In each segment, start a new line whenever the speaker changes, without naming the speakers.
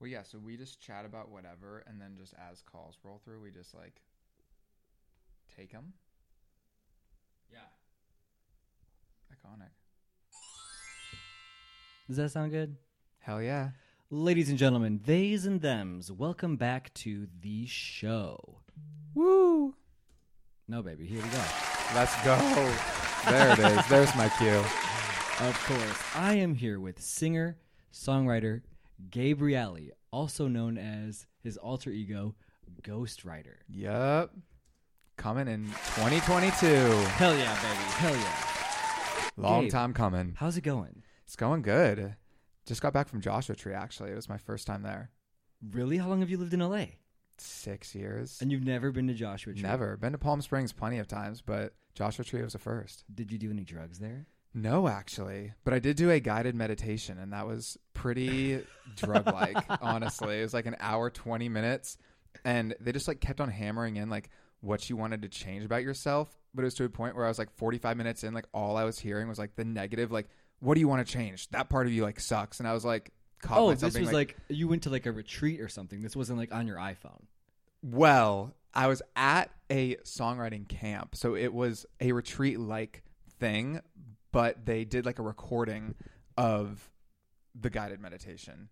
Well, yeah. So we just chat about whatever, and then just as calls roll through, we just like take them.
Yeah.
Iconic.
Does that sound good?
Hell yeah.
Ladies and gentlemen, theys and thems, welcome back to the show.
Woo.
No, baby, here we go.
Let's go. There it is. There's my cue.
Of course, I am here with singer, songwriter Gabrielli, also known as his alter ego, Ghostwriter.
Yup. Coming in 2022.
Hell yeah, baby. Hell yeah.
Long
Gabe.
time coming.
How's it going?
It's going good. Just got back from Joshua Tree, actually. It was my first time there.
Really? How long have you lived in LA?
Six years.
And you've never been to Joshua Tree?
Never. Been to Palm Springs plenty of times, but Joshua Tree was the first.
Did you do any drugs there?
No, actually. But I did do a guided meditation, and that was pretty drug like, honestly. It was like an hour, 20 minutes. And they just like kept on hammering in like what you wanted to change about yourself. But it was to a point where I was like 45 minutes in, like all I was hearing was like the negative, like, what do you want to change? That part of you like sucks. And I was like, caught
oh,
myself
this
being,
was like, you went to like a retreat or something. This wasn't like on your iPhone.
Well, I was at a songwriting camp, so it was a retreat like thing, but they did like a recording of the guided meditation.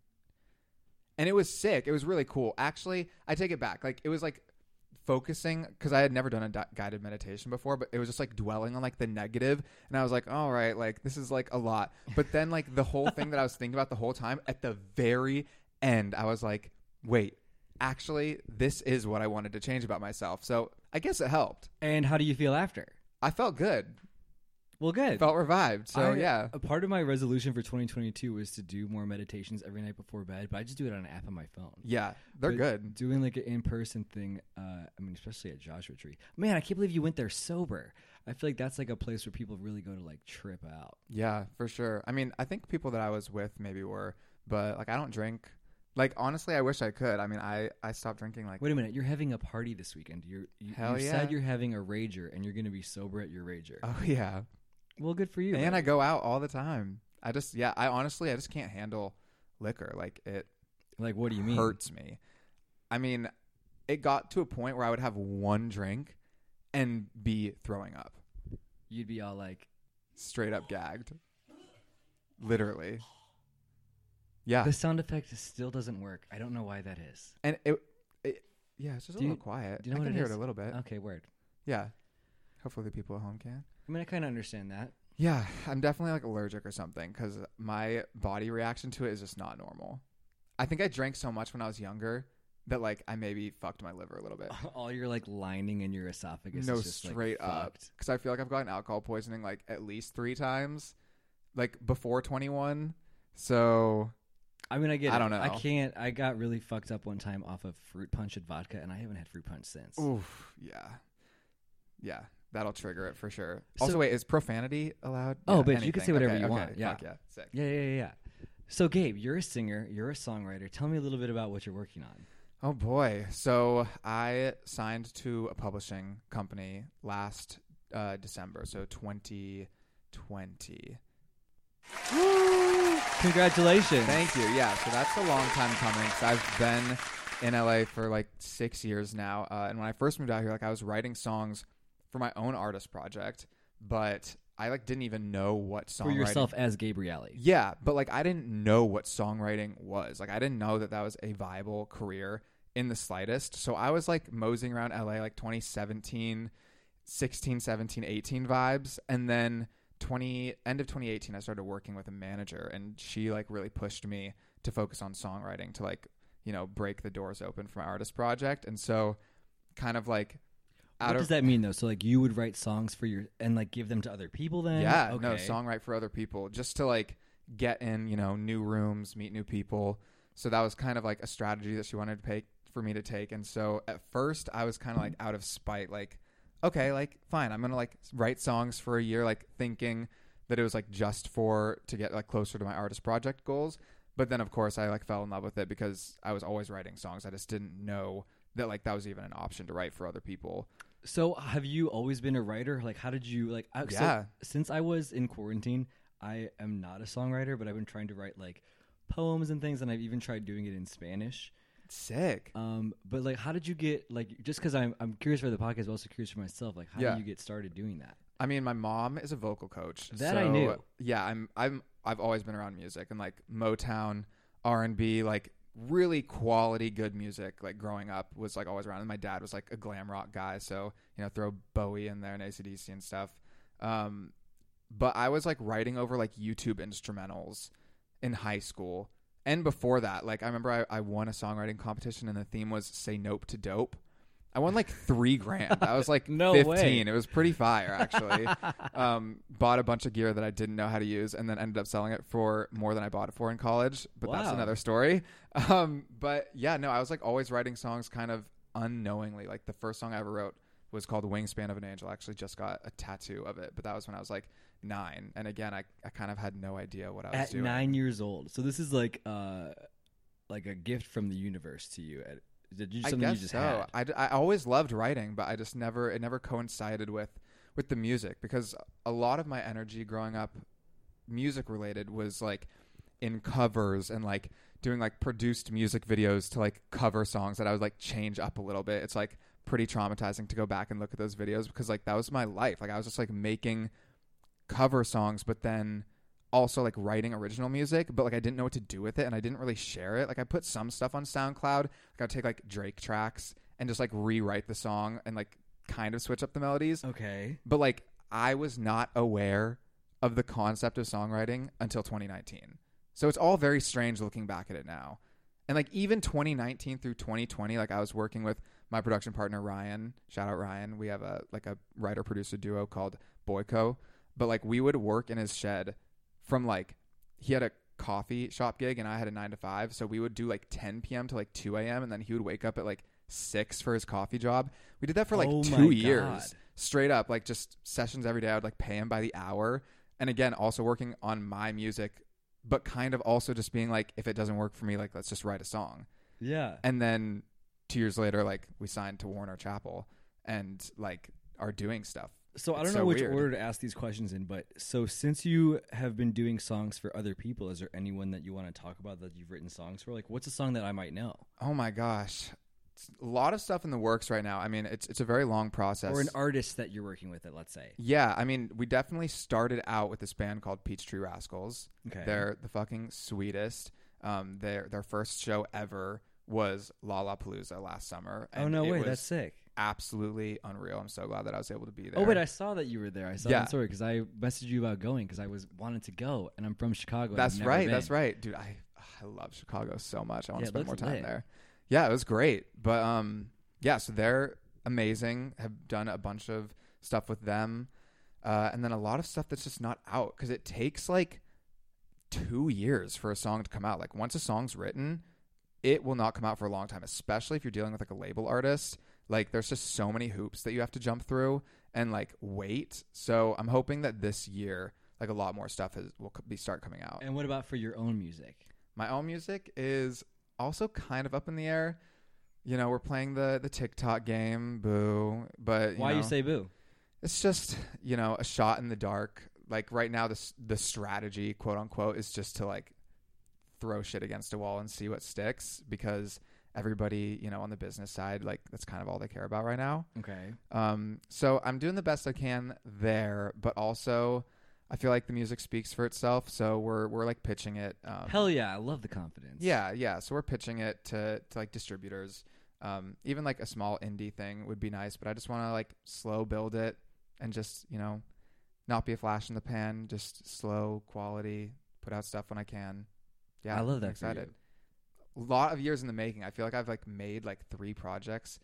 And it was sick. It was really cool. Actually, I take it back. Like it was like focusing because I had never done a di- guided meditation before, but it was just like dwelling on like the negative, and I was like, all right, like this is like a lot. But then like the whole thing that I was thinking about the whole time at the very end, I was like, wait, actually, this is what I wanted to change about myself. So I guess it helped.
And how do you feel after?
I felt good,
Well, good.
felt revived. So
I-
yeah,
A part of my resolution for 2022 was to do more meditations every night before bed, but I just do it on an app on my phone.
yeah, they're
But
good.
Doing like an in person thing, uh, I mean, especially at Joshua Tree. Man, I can't believe you went there sober. I feel like that's like a place where people really go to like trip out.
Yeah, for sure. I mean, I think people that I was with maybe were, but like I don't drink. Like honestly, I wish I could. I mean, I I stopped drinking like
Wait a minute, you're having a party this weekend. You're, you
Hell
you
yeah.
said you're having a rager and you're going to be sober at your rager.
oh yeah,
well, good for you.
and I
man.
go out all the time. I just yeah, I honestly I just can't handle liquor. Like it
like, what do you mean?
hurts me. I mean, it got to a point where I would have one drink and be throwing up.
You'd be all like,
Straight up gagged. Literally. Yeah.
the sound effect still doesn't work. I don't know why that is.
And it, it yeah, it's just a
Do you-
little quiet.
do you know
I
what
can
it
hear
is? Uh.
it a little bit.
Okay, word.
Yeah. Hopefully the people at home can.
I mean, I kind of understand that.
Yeah, I'm definitely like allergic or something because my body reaction to it is just not normal. I think I drank so much when I was younger that like I maybe fucked my liver a little bit.
all your like lining in your esophagus
no,
is just
straight
like,
up.
fucked.
Because I feel like I've gotten alcohol poisoning like at least three times, like before 21. So
I mean, I get.
I
it.
don't know.
I can't. I got really fucked up one time off of fruit punch and vodka, and I haven't had fruit punch since.
oof, yeah, yeah, that'll trigger it for sure.
So-
also, wait, is profanity allowed?
Oh,
Yeah,
bitch, you can say whatever
Okay,
you
okay,
want, yeah.
fuck yeah, sick.
Yeah, yeah, yeah. yeah. So, Gabe, you're a singer. You're a songwriter. Tell me a little bit about what you're working on.
Oh boy. So I signed to a publishing company last uh, December, so 2020.
Congratulations.
Thank you. Yeah, so that's a long time coming. So I've been in LA for like six years now. Uh, and when I first moved out here, like I was writing songs for my own artist project, but I like didn't even know what songwriting
for yourself as Gabrielli.
yeah, but like I didn't know what songwriting was. Like I didn't know that that was a viable career in the slightest. So I was like moseying around LA like 2017, 16, 17, 18 vibes and then 20 end of 2018 I started working with a manager and she like really pushed me to focus on songwriting to like, you know, break the doors open for my artist project. And so kind of like out
What
of
does that mean though? So, like, you would write songs for your and like give them to other people. Then,
Yeah,
okay.
no, songwrite for other people just to like get in, you know, new rooms, meet new people. So that was kind of like a strategy that she wanted to take for me to take. And so at first I was kind of like out of spite, like, okay, like fine, I'm gonna like write songs for a year, like thinking that it was like just for to get like closer to my artist project goals. But then of course I like fell in love with it because I was always writing songs. I just didn't know that like that was even an option to write for other people.
So, have you always been a writer? Like, how did you like? I, so
Yeah.
since I was in quarantine, I am not a songwriter, but I've been trying to write like poems and things, and I've even tried doing it in Spanish.
Sick.
Um, but like, how did you get like? Just because I'm I'm curious for the podcast, but also curious for myself. Like, how
Yeah.
did you get started doing that?
I mean, my mom is a vocal coach.
That I
so,
knew.
Yeah, I'm I'm I've always been around music and like Motown, R and B, like really quality good music. Like growing up was like always around. And my dad was like a glam rock guy, so you know throw Bowie in there and ACDC and stuff. Um, but I was like writing over like YouTube instrumentals in high school and before that. Like I remember I, I won a songwriting competition and the theme was "Say Nope to Dope." I won like three grand. I was like
No way.
15. It was pretty fire actually. um, bought a bunch of gear that I didn't know how to use and then ended up selling it for more than I bought it for in college. But that's
Wow.
another story. Um, but yeah, no, I was like always writing songs kind of unknowingly. Like the first song I ever wrote was called Wingspan of an Angel. I actually just got a tattoo of it, but that was when I was like nine. And again, I, I kind of had no idea what I was
At
doing.
nine years old, so this is like uh, like a gift from the universe to you. At, did you
I
something
guess
you just
so.
had?
I, d- I always loved writing, but I just never it never coincided with with the music because a lot of my energy growing up, music related, was like in covers and like doing like produced music videos to like cover songs that I would like change up a little bit. It's like pretty traumatizing to go back and look at those videos because like that was my life. Like I was just like making cover songs, but then also like writing original music, but like I didn't know what to do with it and I didn't really share it. Like I put some stuff on SoundCloud. Like I would take like Drake tracks and just like rewrite the song and like kind of switch up the melodies.
Okay.
But like I was not aware of the concept of songwriting until 2019. So it's all very strange looking back at it now. And like even 2019 through 2020, like I was working with my production partner Ryan. Shout out Ryan. We have a like a writer producer duo called Boyko. But like we would work in his shed from like he had a coffee shop gig and I had a nine to five. So we would do like 10 p.m. to like 2 a.m. and then he would wake up at like six for his coffee job. We did that for like
Oh
two
my
years
God.
straight up like just sessions every day. I would like pay him by the hour. And again, also working on my music, but kind of also just being like, if it doesn't work for me, like let's just write a song.
Yeah.
And then two years later, like we signed to Warner Chapel and like are doing stuff.
So I
It's
don't know
so
which
weird.
order to ask these questions in, but so since you have been doing songs for other people, is there anyone that you want to talk about that you've written songs for? Like, what's a song that I might know,
Oh my gosh. It's a lot of stuff in the works right now. I mean, it's it's a very long process.
or an artist that you're working with? That let's say,
Yeah, I mean, we definitely started out with this band called Peachtree Rascals.
Okay.
They're the fucking sweetest. Um, their their first show ever was Lollapalooza last summer.
oh no
it
way,
was
that's sick.
absolutely unreal. I'm so glad that I was able to be there.
Oh wait, I saw that you were there. I saw
Yeah.
that story because I messaged you about going because I was wanted to go, and I'm from Chicago. and
that's
I've never
right.
been.
That's right, dude. I I love Chicago so much. I want to
Yeah, it
spend
looks
more time
lit.
there. Yeah, it was great. But um, yeah, so they're amazing. Have done a bunch of stuff with them, uh, and then a lot of stuff that's just not out because it takes like two years for a song to come out. Like once a song's written, it will not come out for a long time, especially if you're dealing with like a label artist. Like there's just so many hoops that you have to jump through and like wait. So I'm hoping that this year, like a lot more stuff has, will co- be start coming out.
And what about for your own music?
My own music is also kind of up in the air. You know, we're playing the the TikTok game, boo. But you
Why you
know,
say boo?
it's just you know a shot in the dark. Like right now, the s- the strategy, quote unquote, is just to like throw shit against a wall and see what sticks because everybody you know on the business side like that's kind of all they care about right now.
Okay.
Um, so I'm doing the best I can there, but also I feel like the music speaks for itself. So we're we're like pitching it. Um,
Hell yeah, I love the confidence.
yeah, yeah. So we're pitching it to to like distributors. Um, even like a small indie thing would be nice, but I just want to like slow build it and just you know not be a flash in the pan. Just slow quality, put out stuff when I can. Yeah,
I love that.
I'm excited. A lot of years in the making. I feel like I've like made like three projects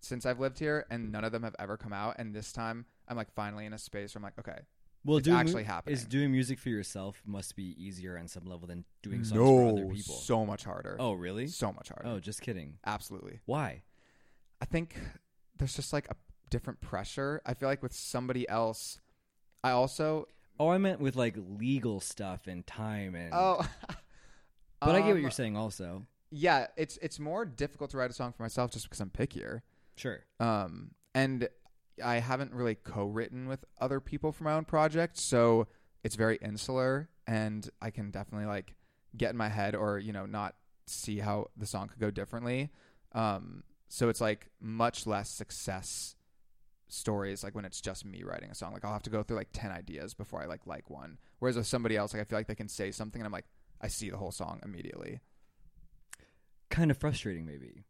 since I've lived here, and none of them have ever come out. And this time, I'm like finally in a space where I'm like, okay,
Well,
it's
doing
actually
mu-
happening.
Is doing music for yourself must be easier on some level than doing songs for other
no,
people.
so much harder.
oh really?
so much harder.
Oh, just kidding.
Absolutely.
Why?
I think there's just like a different pressure. I feel like with somebody else, I also
Oh, I meant with like legal stuff and time and.
oh,
but I get what
Um,
you're saying. Also,
Yeah, it's it's more difficult to write a song for myself just because I'm pickier.
sure.
Um, and I haven't really co-written with other people for my own project, so it's very insular, and I can definitely like get in my head or you know not see how the song could go differently. Um, so it's like much less success stories like when it's just me writing a song like i'll have to go through like 10 ideas before i like like one whereas with somebody else like i feel like they can say something and i'm like i see the whole song immediately
Kind of frustrating, maybe.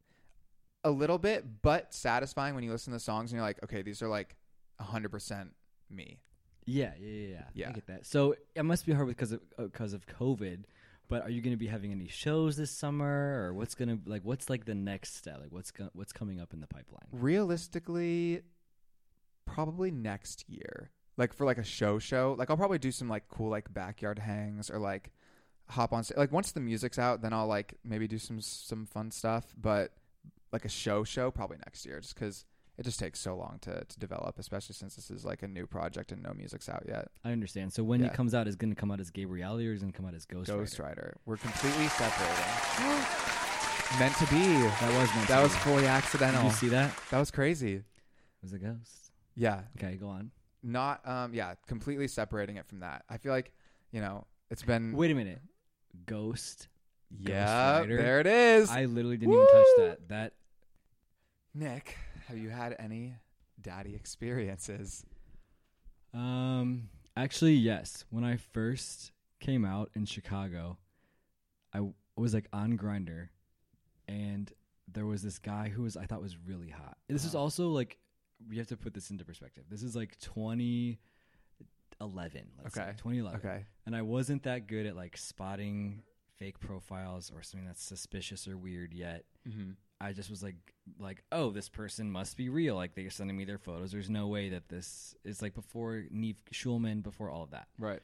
a little bit but satisfying when you listen to the songs and you're like okay these are like 100% me
Yeah, yeah, yeah, yeah. I
Yeah.
get that. So it must be hard because of because of COVID. But are you going to be having any shows this summer, or what's going to like? What's like the next step? Like what's go- what's coming up in the pipeline?
realistically probably next year like for like a show show like i'll probably do some like cool like backyard hangs or like hop on sta- like once the music's out then i'll like maybe do some some fun stuff but like a show show probably next year just because it just takes so long to, to develop especially since this is like a new project and no music's out yet
I understand. So when it
Yeah.
comes out, is it going to come out as Gabrielli or is it going to come out as Ghost?
ghost
Rider?
rider we're completely separating meant to be
That was meant to
that was
be.
fully
Did
accidental
you see that? It
that was crazy
was a ghost.
yeah
Okay, go on.
not um yeah completely separating it from that i feel like you know it's been
Wait a minute, Ghost.
yeah
Rider.
there it is
I literally didn't even touch
Woo!
that. That
nick have you had any daddy experiences
Um, actually, yes. When I first came out in Chicago, I w- was like on Grinder, and there was this guy who was I thought was really hot. This is
Uh-huh.
also like we have to put this into perspective. This is like 2011. Let's
Okay.
Say, 2011.
okay
And I wasn't that good at like spotting fake profiles or something that's suspicious or weird yet.
mm-hmm.
I just was like, like, oh, this person must be real. Like they're sending me their photos. There's no way that this is like before Neve Schulman, before all of that.
right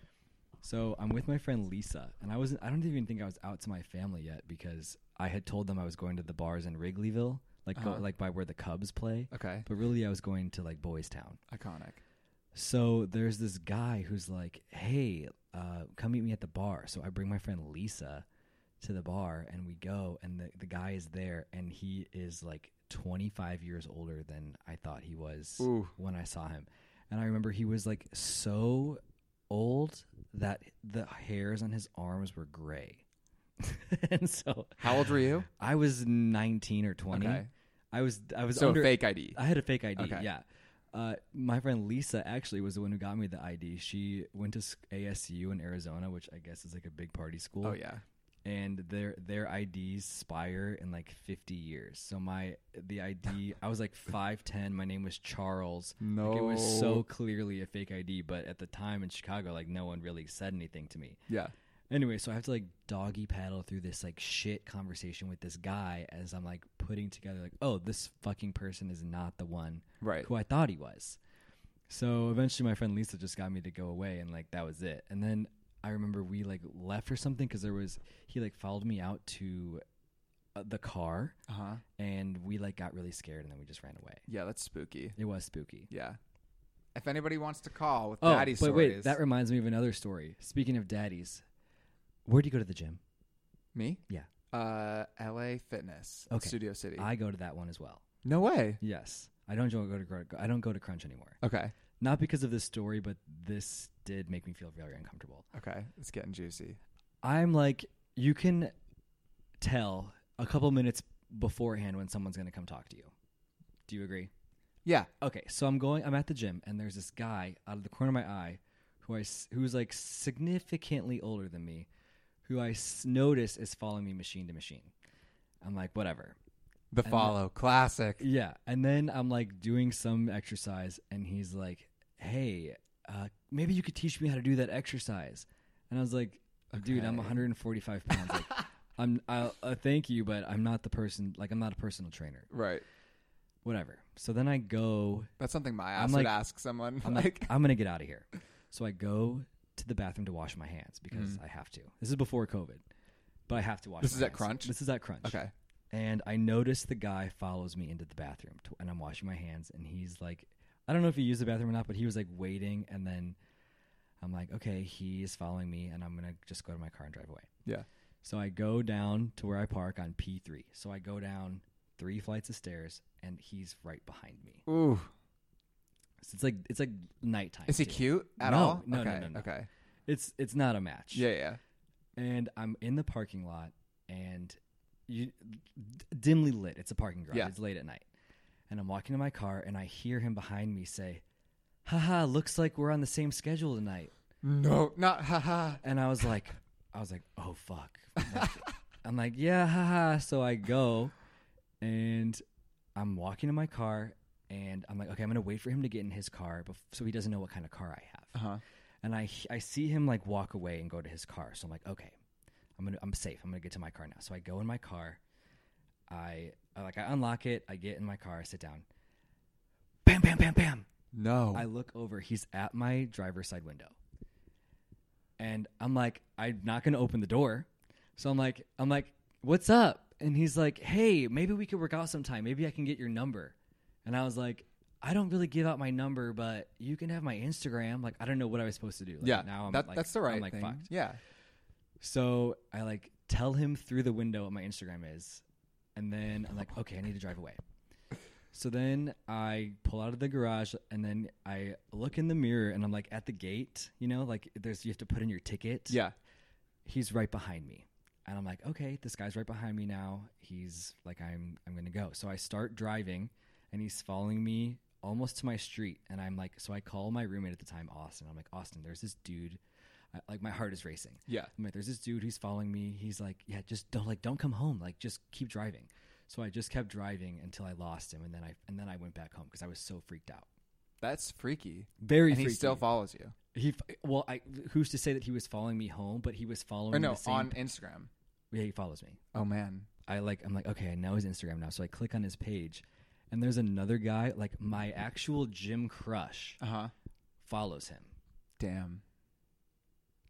So I'm with my friend Lisa, and I wasn't. I don't even think I was out to my family yet because I had told them I was going to the bars in Wrigleyville, like go,
Uh-huh.
like by where the Cubs play.
okay
But really, I was going to like Boys Town.
iconic
So there's this guy who's like, "Hey, uh, come meet me at the bar." So I bring my friend Lisa to the bar, and we go, and the the guy is there, and he is like 25 years older than I thought he was
ooh
when I saw him, and I remember he was like so old that the hairs on his arms were gray, and so
how old were you
I was 19 or 20.
okay
I was I was
so
under
fake id
I had a fake ID.
Okay.
Yeah. Uh, my friend Lisa actually was the one who got me the ID. She went to s- ASU in Arizona, which I guess is like a big party school.
oh yeah
And their their IDs spire in like 50 years. So my the ID I was like 5'10. My name was Charles.
no
Like it was
Oh.
so clearly a fake ID, but at the time in Chicago, like no one really said anything to me.
yeah
Anyway, so I have to like doggy paddle through this like shit conversation with this guy as I'm like putting together like, oh, this fucking person is not the one
right
who I thought he was. So eventually, my friend Lisa just got me to go away, and like that was it. And then I remember we like left or something because there was he like followed me out to uh, the car,
uh-huh
and we like got really scared, and then we just ran away.
yeah that's spooky
It was spooky.
yeah if anybody wants to call with
Oh,
daddy
but
stories
wait, that reminds me of another story. Speaking of daddies, where do you go to the gym?
me
Yeah.
uh la fitness
Okay.
studio city
I go to that one as well.
no way
Yes, I don't go to Gr- I don't go to Crunch anymore.
okay
Not because of this story, but this did make me feel very uncomfortable.
okay it's getting juicy
I'm like, you can tell a couple minutes beforehand when someone's going to come talk to you. Do you agree?
yeah
Okay, so I'm going. I'm at the gym, and there's this guy out of the corner of my eye, who I s- who's like significantly older than me, who I s- notice is following me machine to machine. I'm like, whatever.
The
And-
follow, classic.
Yeah, and then I'm like doing some exercise, and he's like, "Hey, uh, maybe you could teach me how to do that exercise." And I was like, "Dude, I'm
Okay.
145 pounds. Like, I'm. I, uh, thank you, but I'm not the person. Like, I'm not a personal trainer.
Right.
Whatever." So then I go.
That's something my
I'm
ass
like-
would ask someone.
I'm
like,
like, I'm gonna get out of here. So I go to the bathroom to wash my hands because
Mhm.
I have to. This is before COVID, but I have to wash.
This
my
is at
hands.
Crunch?
This is at Crunch.
okay,
and I notice the guy follows me into the bathroom, to, and I'm washing my hands, and he's like, I don't know if he used the bathroom or not, but he was like waiting, and then I'm like, okay, he is following me, and I'm gonna just go to my car and drive away.
Yeah.
So I go down to where I park on P3. So I go down three flights of stairs, and he's right behind me.
ooh,
So it's like it's like nighttime.
is he
too.
cute at
No,
all?
no, no,
okay,
no, no.
okay,
It's it's not a match.
yeah, yeah,
and I'm in the parking lot and you dimly lit. It's a parking garage.
Yeah.
It's late at night. And I'm walking to my car and I hear him behind me say, "Haha, looks like we're on the same schedule tonight."
No, not haha.
And I was like, I was like, "Oh fuck." Like, I'm like, "Yeah, haha." So I go and I'm walking to my car and I'm like, "Okay, I'm going to wait for him to get in his car bef- so he doesn't know what kind of car I have."
Uh huh.
and I I see him like walk away and go to his car. So I'm like, okay, I'm gonna I'm safe. I'm gonna get to my car now. So I go in my car. I I, like I unlock it. I get in my car. I sit down. Bam, bam, bam, bam.
No.
I look over. He's at my driver's side window. And I'm like, I'm not gonna open the door. So I'm like, I'm like, what's up? And he's like, hey, maybe we could work out sometime. Maybe I can get your number. And I was like, I don't really give out my number, but you can have my Instagram. Like, I don't know what I was supposed to do. Like,
yeah.
now I'm
that,
like,
that's the right
I'm like
thing.
fucked.
Yeah.
So I like tell him through the window what my Instagram is, and then I'm like, okay, I need to drive away. So then I pull out of the garage, and then I look in the mirror, and I'm like at the gate, you know, like there's you have to put in your ticket.
Yeah.
he's right behind me, and I'm like, okay, this guy's right behind me now. He's like, I'm I'm gonna go. So I start driving, and he's following me almost to my street, and I'm like, so I call my roommate at the time, Austin. I'm like, Austin, there's this dude, I, like my heart is racing.
Yeah.
I'm like, there's this dude who's following me. He's like, yeah, just don't like don't come home. Like just keep driving. So I just kept driving until I lost him, and then I and then I went back home because I was so freaked out.
That's freaky.
Very
and he
freaky.
still follows you.
he f- well, I who's to say that he was following me home, but he was following
Or no,
the same.
on Instagram.
yeah, he follows me.
Oh man.
I like I'm like okay, I know his Instagram now, so I click on his page, and there's another guy like my actual gym crush
Uh huh.
follows him.
Damn.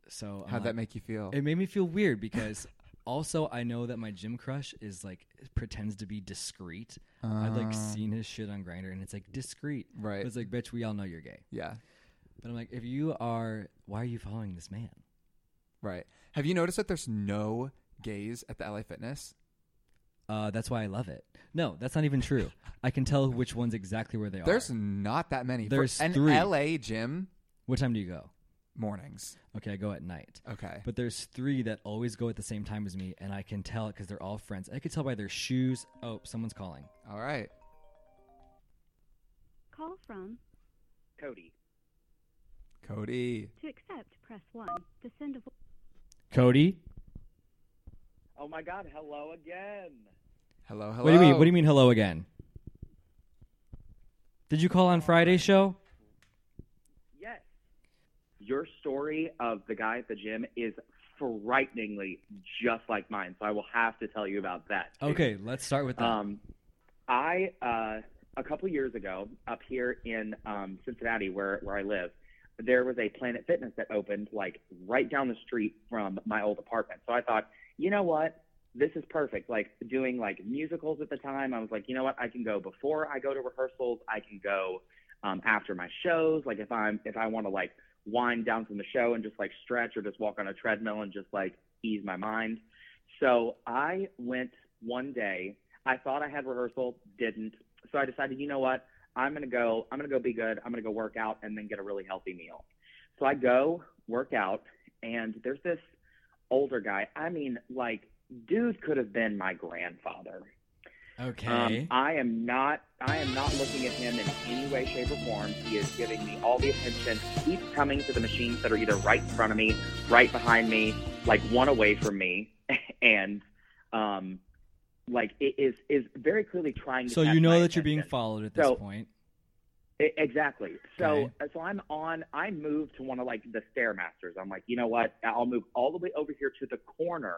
So I'm
How'd
like-
that make you feel?
It made me feel weird because also I know that my gym crush is like pretends to be discreet. I've like
Uh.
seen his shit on Grinder and it's like discreet.
right.
It's like, bitch, we all know you're gay.
yeah.
But I'm like, if you are, why are you following this man?
Right. Have you noticed that there's no gays at the LA Fitness?
Uh, that's why I love it. No, that's not even true. I can tell which one's exactly where they
There's
are.
not that many. For
There's
an
three.
LA gym
What time do you go?
mornings.
Okay, I go at night.
Okay.
But there's three that always go at the same time as me, and I can tell it because they're all friends. I could tell by their shoes. Oh, someone's calling.
All right.
Call from
Cody.
Cody.
to accept, press 1. To send a vo-
Cody?
Oh my God! Hello again.
Hello, hello.
What do you mean? What do you mean? Hello again? Did you call on Friday's show?
Yes. Your story of the guy at the gym is frighteningly just like mine, so I will have to tell you about that. too.
Okay, let's start with that.
Um, I uh, a couple years ago up here in um, Cincinnati, where where I live, there was a Planet Fitness that opened like right down the street from my old apartment. So I thought, you know what, this is perfect. Like doing like musicals at the time, I was like, you know what, I can go before I go to rehearsals. I can go um, after my shows. Like if I'm if I want to like wind down from the show and just like stretch or just walk on a treadmill and just like ease my mind. So I went one day I thought I had rehearsal, didn't. So I decided, you know what? I'm gonna go. I'm gonna go be good. I'm gonna go work out and then get a really healthy meal. So I go work out, and there's this older guy. I mean, like, dude could have been my grandfather.
okay.
Um, I am not. I am not looking at him in any way, shape, or form. He is giving me all the attention. He's coming to the machines that are either right in front of me, right behind me, like one away from me, and um, like it is is very clearly trying to.
so
catch
you
my
know that you're being
attention.
followed at this
So-
point.
I- E-, Exactly. So
Okay.
uh, so I'm on. I moved to one of like the stairmasters. I'm like, you know what? I'll move all the way over here to the corner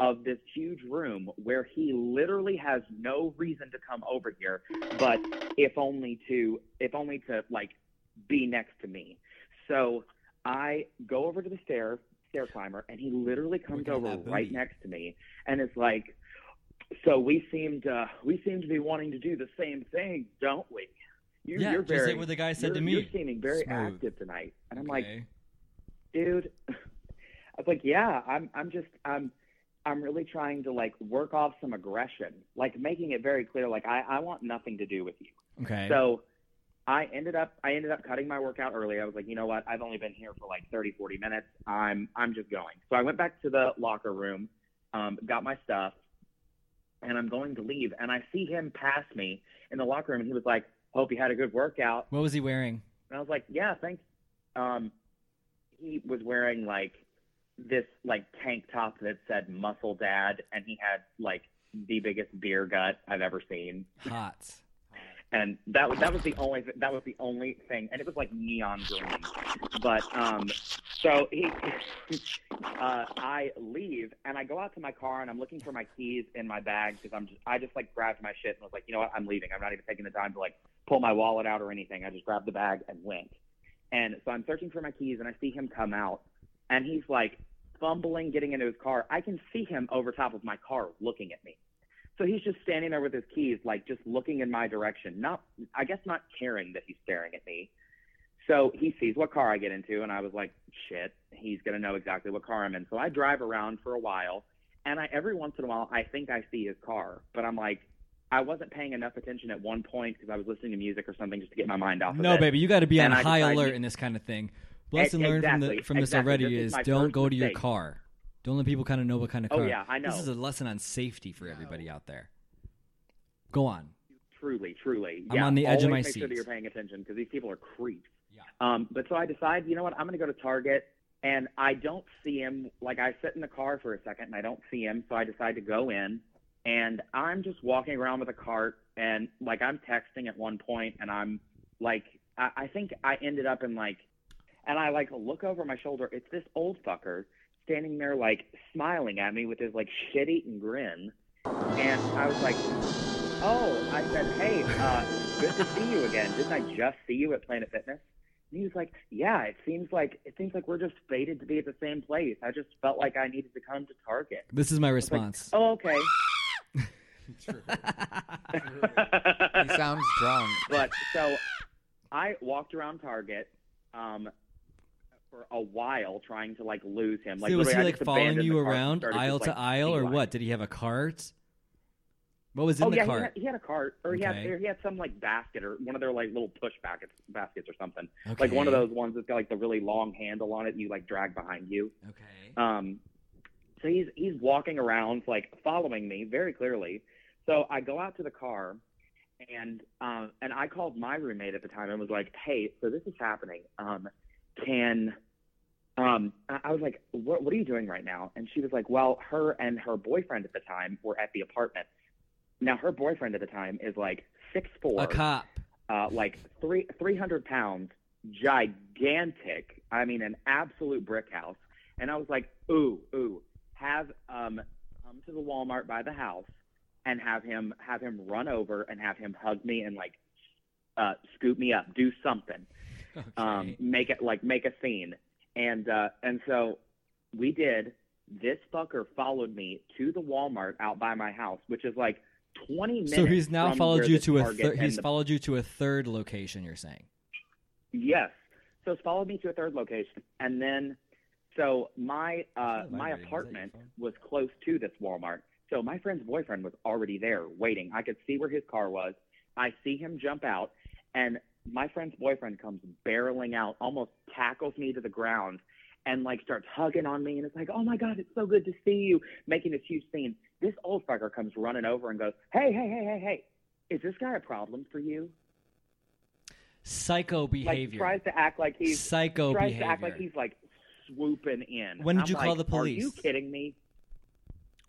of this huge room where he literally has no reason to come over here, but if only to if only to like be next to me. So I go over to the stair stair climber, and he literally comes
Look at
over
that booty.
right next to me, and is like, "So we seem to we seem to be wanting to do the same thing, don't we?" You,
yeah,
you're
just
very
like what the guy said
you're,
to
You're
me.
seeming very
Smooth.
active tonight, and I'm like,
Okay.
dude. I was like, yeah, I'm. I'm just. I'm. I'm really trying to like work off some aggression, like making it very clear, like I, I want nothing to do with you.
okay.
So I ended up I ended up cutting my workout early. I was like, you know what? I've only been here for like 30, 40 minutes. I'm I'm just going. So I went back to the locker room, um, got my stuff, and I'm going to leave. And I see him pass me in the locker room, and he was like, "Hope you had a good workout."
What was he wearing?
And I was like, "Yeah, thanks." Um, he was wearing like this like tank top that said "Muscle Dad," and he had like the biggest beer gut I've ever seen.
Hot.
and that was that was the only that was the only thing, and it was like neon green. But um, so he, uh, I leave and I go out to my car and I'm looking for my keys in my bag because I'm just I just like grabbed my shit and was like, you know what, I'm leaving. I'm not even taking the time to like pull my wallet out or anything. I just grabbed the bag and went. And so I'm searching for my keys and I see him come out and he's like fumbling getting into his car. I can see him over top of my car looking at me. So he's just standing there with his keys, like just looking in my direction, not, I guess, not caring that he's staring at me. So he sees what car I get into, and I was like, shit, he's going to know exactly what car I'm in. So I drive around for a while, and I, every once in a while, I think I see his car, but I'm like, I wasn't paying enough attention at one point because I was listening to music or something just to get my mind off
No,
of it.
baby, you got to be on
And I
high
decided-
alert in this kind of thing. Lesson
Ex-
learned from the,
exactly,
from this
exactly.
already
This is
is
my
don't
first
go to your
mistake.
car. Don't let people kind of know what kind of
Oh,
car.
yeah, I
This
know.
is a lesson on safety for everybody out there. Go on.
Truly, truly.
I'm
Yeah.
on the edge of
Always
my
make sure that
seat.
you're paying attention because these people are creeps.
Yeah.
Um, but so I decide, you know what, I'm going to go to Target, and I don't see him. Like I sit in the car for a second, and I don't see him, so I decide to go in, and I'm just walking around with a cart, and like I'm texting at one point, and I'm like, I, I think I ended up in like, and I like look over my shoulder. It's this old fucker standing there like smiling at me with his like shit-eating grin, and I was like. Oh, I said, hey, uh, good to see you again. Didn't I just see you at Planet Fitness? And he was like, yeah, it seems like it seems like we're just fated to be at the same place. I just felt like I needed to come to Target.
This is my
It's like,
response.
oh, okay.
True. He sounds drunk.
but so I walked around Target um, for a while trying to like lose him. Like
so was he
literally, I
like
just
following
abandoned
you
the cart and
around
started
aisle
just,
to
like,
aisle, or
beelining.
what? Did he have a cart? What was in
oh
the
yeah,
cart?
He, had, he had a cart, or he
Okay.
had or he had some like basket or one of their like little push baskets, baskets or something.
okay.
like one of those ones that's got like the really long handle on it you like drag behind you
Okay.
um so he's he's walking around like following me very clearly so i go out to the car and um and i called my roommate at the time and was like hey so this is happening um can um i I was like what what are you doing right now and she was like well her and her boyfriend at the time were at the apartment now her boyfriend at the time is like six four
a cop.
uh, like three three hundred pounds, gigantic. I mean, an absolute brick house. And I was like, ooh, ooh, have um come to the Walmart by the house and have him have him run over and have him hug me and like uh, scoop me up, do something
Okay.
um, make it like make a scene. And uh, and so we did. This fucker followed me to the Walmart out by my house, which is like twenty minutes.
so he's now
from
followed
where
you
the
to a
Target
thir-
and
he's
the-
followed you to a third location. You're saying.
yes. So it's followed me to a third location, and then so my uh,
It's not
my
vibrating. Is that your
apartment
phone?
was close to this Walmart. So my friend's boyfriend was already there waiting. I could see where his car was. I see him jump out, and my friend's boyfriend comes barreling out, almost tackles me to the ground, and like starts hugging on me. And it's like, oh my God, it's so good to see you, making this huge scene. This old fucker comes running over and goes, hey, hey, hey, hey, hey, is this guy a problem for you?
Psycho behavior.
Like tries to act like he's
Psycho
tries
behavior.
to act like he's like swooping in.
When did
I'm
you call
like,
the police?
Are you kidding me?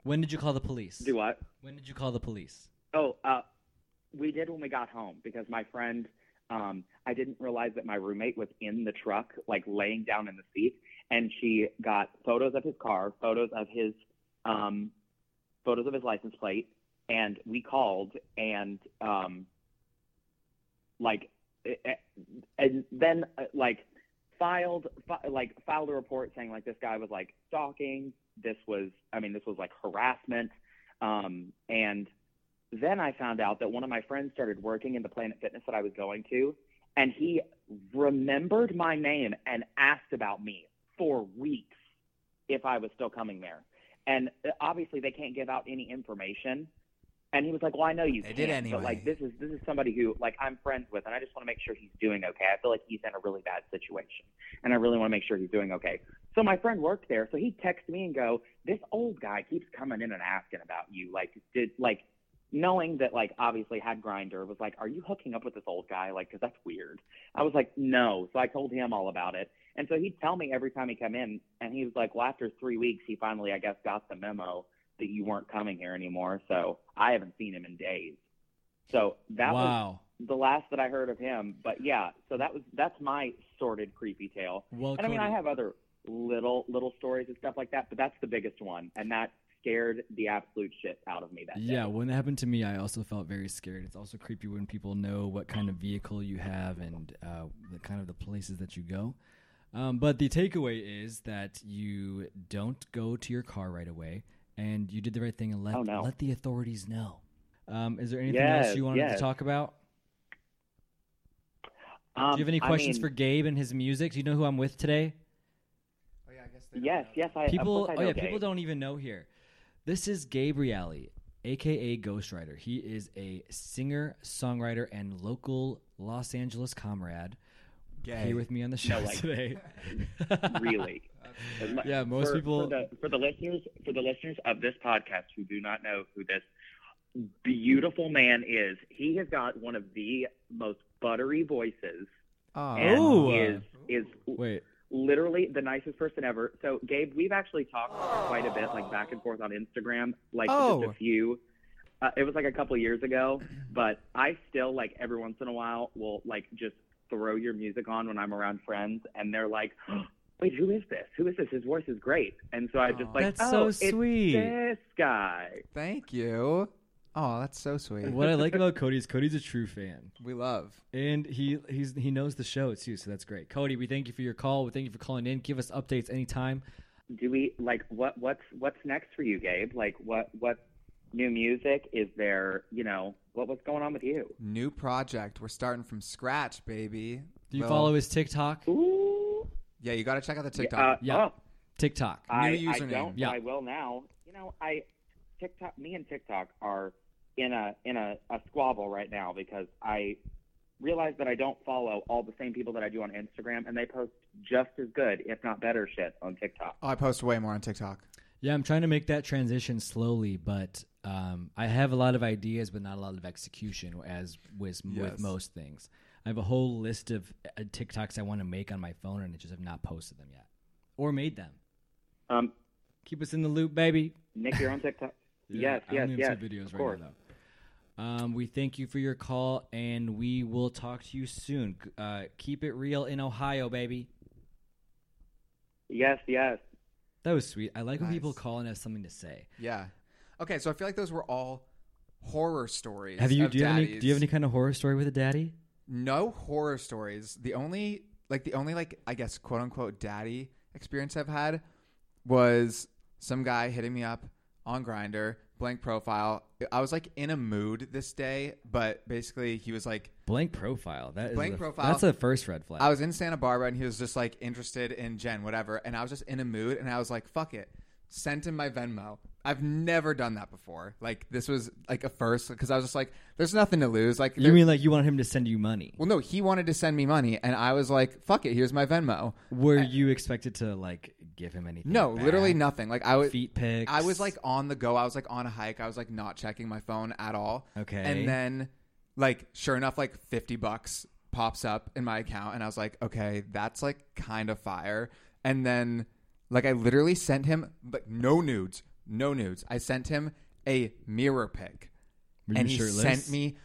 when did you call the police?
Do what?
when did you call the police?
Oh, uh, we did when we got home because my friend, um, I didn't realize that my roommate was in the truck, like laying down in the seat, and she got photos of his car, photos of his, um, photos of his license plate, and we called and, um, like, eh, eh, and then uh, like filed fi- like filed a report saying like this guy was like stalking. This was, I mean, this was like harassment, um, and then I found out that one of my friends started working in the Planet Fitness that I was going to, and he remembered my name and asked about me for weeks if I was still coming there. And uh, obviously, they can't give out any information. And he was like, "Well, I know you
They
can't,
did
but
anyway.
like this is this is somebody who like I'm friends with, and I just want to make sure he's doing okay. I feel like he's in a really bad situation, and I really want to make sure he's doing okay." So my friend worked there, so he texted me and go, "This old guy keeps coming in and asking about you. Like, did like knowing that like obviously had grinder was like, are you hooking up with this old guy? Like, 'cause that's weird." I was like, "No." So I told him all about it, and so he'd tell me every time he come in, and he was like, "Well, after three weeks, he finally, I guess, got the memo." that you weren't coming here anymore. So I haven't seen him in days. So that was
wow.
the last that I heard of him. But yeah, so that was that's my sordid creepy tale.
well,
And I mean, I
Cody,
have other little little stories and stuff like that, but that's the biggest one, and that scared the absolute shit out of me. That
Yeah,
day.
when that happened to me, I also felt very scared. It's also creepy when people know what kind of vehicle you have and uh, the kind of the places that you go. Um, but the takeaway is that you don't go to your car right away, and you did the right thing and let
Oh, no.
let the authorities know. Um, is there anything else
Yes,
you wanted to
yes.
talk about?
Um,
Do you have any
I
questions
mean,
for Gabe and his music? Do you know who I'm with today?
Oh yeah, I guess they don't
Yes,
know.
yes, I of
people
course I
oh
know
yeah
Gabe.
people don't even know here this is gabrielli aka Ghost Rider. he is a singer songwriter and local los angeles comrade
Gay.
here with me on the show
No, like-
today
really.
That's-
But
Yeah, most
for,
people-
for the, for the listeners for the listeners of this podcast who do not know who this beautiful man is, he has got one of the most buttery voices and
Ooh.
is is
wait
literally the nicest person ever. So Gabe, we've actually talked quite a bit, like back and forth on Instagram, like
Oh.
just a few. Uh, it was like a couple years ago, but I still like every once in a while will like just throw your music on when I'm around friends, and they're like, "Wait, who is this? Who is this? His voice is great." And so I just
Aw.
like,
that's
"Oh,
so
it's
sweet
this guy."
Thank you. Oh, that's so sweet.
what i like about cody is cody's a true fan
We love.
and he he's he knows the show too so that's great cody we thank you for your call we thank you for calling in give us updates anytime
Do we like what? What's what's next for you, Gabe? Like what what new music is there? You know what what's going on with you?
New project. We're starting from scratch, baby.
do you
Well,
follow his tiktok
Ooh.
Yeah, you got to check out the TikTok.
Uh,
Yeah.
oh,
tiktok
I,
New
I
username.
don't, but
Yeah.
I will now. You know, I TikTok. Me and TikTok are in a in a, a squabble right now because I realize that I don't follow all the same people that I do on Instagram, and they post just as good, if not better, shit on TikTok.
oh, I post way more on TikTok.
Yeah, I'm trying to make that transition slowly, but um, I have a lot of ideas, but not a lot of execution, as with, with
Yes.
most things. I have a whole list of uh, TikToks I want to make on my phone, and I just have not posted them yet or made them.
Um,
Keep us in the loop, baby.
Nick, you're on TikTok. yes,
I
yes,
only
yes.
have two videos
of
right
course.
now, though. Um, we thank you for your call, and we will talk to you soon. G- Uh, keep it real in Ohio, baby.
Yes, yes.
That was sweet. I like when people
Nice.
call and have something to say.
Yeah. Okay, so I feel like those were all horror stories.
Have you
of
do you have, any,
daddies.
do you have any kind of horror story with a daddy?
No horror stories. The only like the only like I guess quote unquote daddy experience I've had was some guy hitting me up on Grinder, blank profile. I was like in a mood this day, but basically he was like
Blank profile. That is
Blank
the-
profile.
That's the first red flag.
I was in Santa Barbara and he was just like interested in Jen, whatever. And I was just in a mood and I was like, fuck it. Sent him my Venmo. I've never done that before. Like this was like a first because I was just like, there's nothing to lose. Like
you
there-
mean like you want him to send you money?
well, no, he wanted to send me money and I was like, fuck it, here's my Venmo.
Were you expected to like give him anything?
No,
back?
literally nothing. Like I was
Feet pics.
I was like on the go. I was like on a hike. I was like not checking my phone at all.
Okay.
And then like sure enough like 50 bucks pops up in my account and I was like, "Okay, that's like kind of fire." And then like I literally sent him like no nudes, no nudes. I sent him a mirror pic
Were you
and he
shirtless?
sent me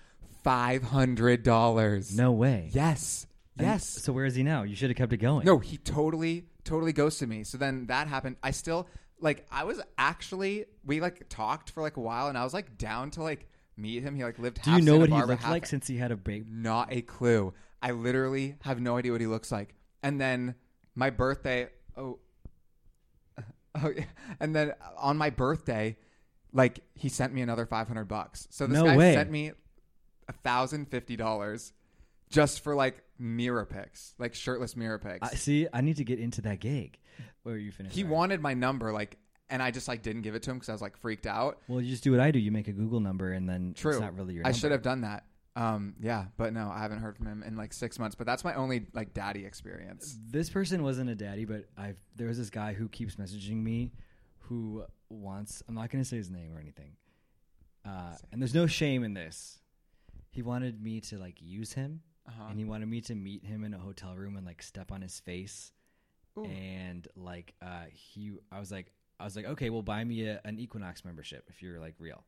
$500.
No way.
Yes.
And
Yes.
So where is he now? You should have kept it going.
No, he totally, totally ghosted me. So then that happened. I still like I was actually we like talked for like a while, and I was like down to like meet him. He like lived.
Do
half
you know
Santa
what he
Barbara,
looked
half-
like since he had a big?
Not a clue. I literally have no idea what he looks like. And then my birthday. Oh. Oh, yeah. and then on my birthday, like he sent me another five hundred bucks. So this
No
guy
way.
sent me thousand fifty dollars just for like mirror pics, like shirtless mirror pics.
I see. I need to get into that gig. Where are you finished?
He wanted my number like and I just like didn't give it to him because I was like freaked out.
Well, you just do what I do. You make a Google number, and then
True.
it's not really your.
I
number.
should have done that. Um, yeah, but no, I haven't heard from him in like six months. But that's my only like daddy experience.
This person wasn't a daddy, but I've there was this guy who keeps messaging me, who wants. I'm not going to say his name or anything. Uh, and there's no shame in this. He wanted me to like use him,
Uh-huh.
and he wanted me to meet him in a hotel room and like step on his face,
Ooh.
and like uh, he. I was like, I was like, okay, well, buy me a, an Equinox membership if you're like real.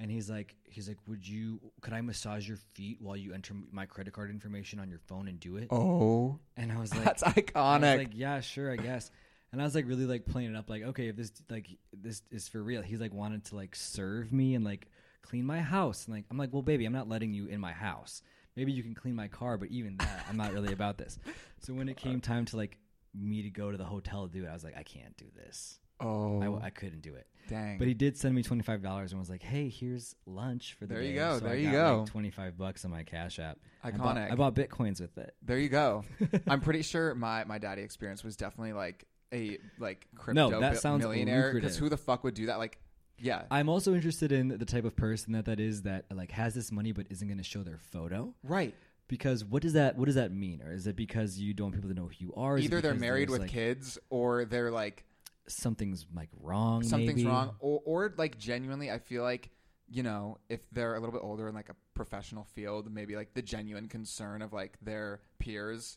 And he's like, he's like, would you? Could I massage your feet while you enter my credit card information on your phone and do it?
Oh,
And I was like,
that's
and I
iconic.
was like, yeah, sure, I guess. And I was like, really like playing it up, like, okay, if this like this is for real, he's like wanted to like serve me and like clean my house, and like I'm like, well, baby, I'm not letting you in my house. Maybe you can clean my car, but even that, I'm not really about this. So when it came time to like me to go to the hotel to do it, I was like, I can't do this.
oh,
I, I couldn't do it.
dang.
But he did send me twenty five dollars and was like, "Hey, here's lunch for the
There you
day."
go,
So
there
I
you
got,
go.
Like, twenty five bucks on my Cash App. I bought-
Iconic.
I bought bitcoins with it.
there you go. I'm pretty sure my my daddy experience was definitely like a like crypto bi-
that sounds
millionaire
lucrative.
who the fuck would do that? Like, yeah,
I'm also interested in the type of person that that is that like has this money but isn't going to show their photo
right.
because what does that what does that mean or is it because you don't want people to know who you are? Is it
Either they're
because
married
there's,
with
like,
kids or they're like
Something's like wrong.
something's
maybe?
wrong or, or like genuinely i feel like you know if they're a little bit older in like a professional field maybe like the genuine concern of like their peers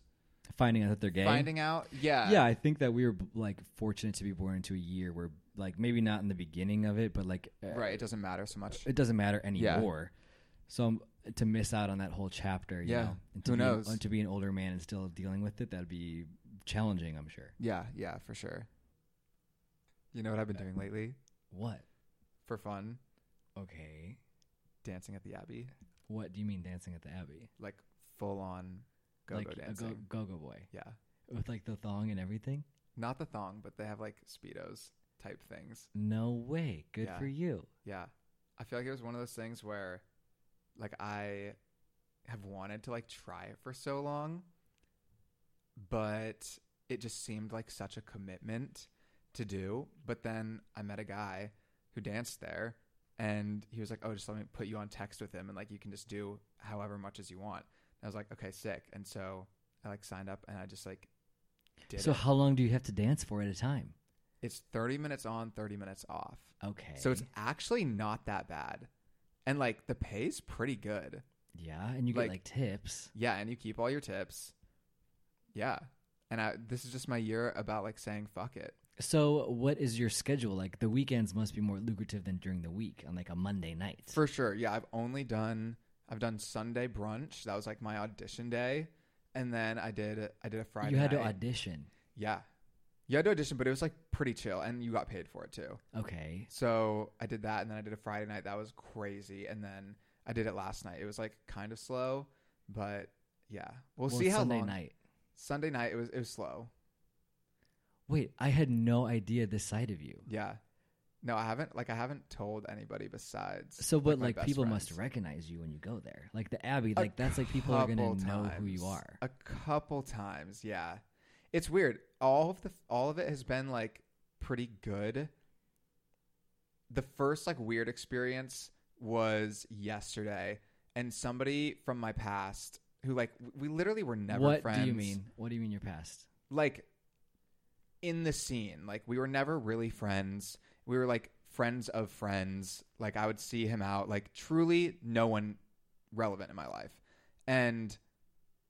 Finding out that they're gay.
finding out yeah
yeah, I think that we were like fortunate to be born into a year where like maybe not in the beginning of it, but like uh,
right it doesn't matter so much
it doesn't matter
Yeah.
anymore. So um, to miss out on that whole chapter, you
Yeah.
know, and to
Who
be-
knows?
and to be an older man and still dealing with it, that'd be challenging. I'm sure.
yeah yeah for sure you know what i've been doing lately
What?
for fun
Okay.
dancing at the abbey
What do you mean dancing at the Abbey?
like full on go-go
like
dancing
a go go boy
yeah
with like the thong and everything?
not the thong but they have like speedos type things
No way. Good
Yeah.
for you.
Yeah. I feel like it was one of those things where like I have wanted to like try it for so long, but it just seemed like such a commitment to do. But then I met a guy who danced there and he was like, "Oh, just let me put you on text with him and like you can just do however much as you want." And I was like, "Okay, sick." And so I like signed up and I just like did
so
it.
how long do you have to dance for at a time?
it's 30 minutes on, 30 minutes off.
Okay.
So it's actually not that bad. And like the pay's pretty good.
yeah, and you get
like-
like, tips.
Yeah, and you keep all your tips. Yeah. And I this is just my year about like saying fuck it.
So what is your schedule like? The weekends must be more lucrative than during the week on like a Monday night.
For sure. Yeah, I've only done I've done Sunday brunch. That was like my audition day. And then I did I did a Friday
you had to
night.
audition.
Yeah. You had to audition, but it was like pretty chill and you got paid for it too.
Okay.
So I did that, and then I did a Friday night. That was crazy, and then I did it last night. It was like kind of slow, but yeah, we'll,
Well,
see how
Sunday
long.
night.
Sunday night, it was it was slow.
Wait, I had no idea this side of you.
Yeah, no, I haven't like I haven't told anybody besides.
So, but
my
like,
best
people
friends.
must recognize you when you go there. Like the Abbey,
A
like that's like people are gonna
couple
know who you
times.
are.
A couple times, yeah. It's weird. All of the all of it has been like pretty good. The first like weird experience was yesterday, and somebody from my past who like w- we literally were never
what
friends.
do you mean? What do you mean your past?
Like in the scene, like we were never really friends. We were like friends of friends. Like I would see him out. Like truly, no one relevant in my life, and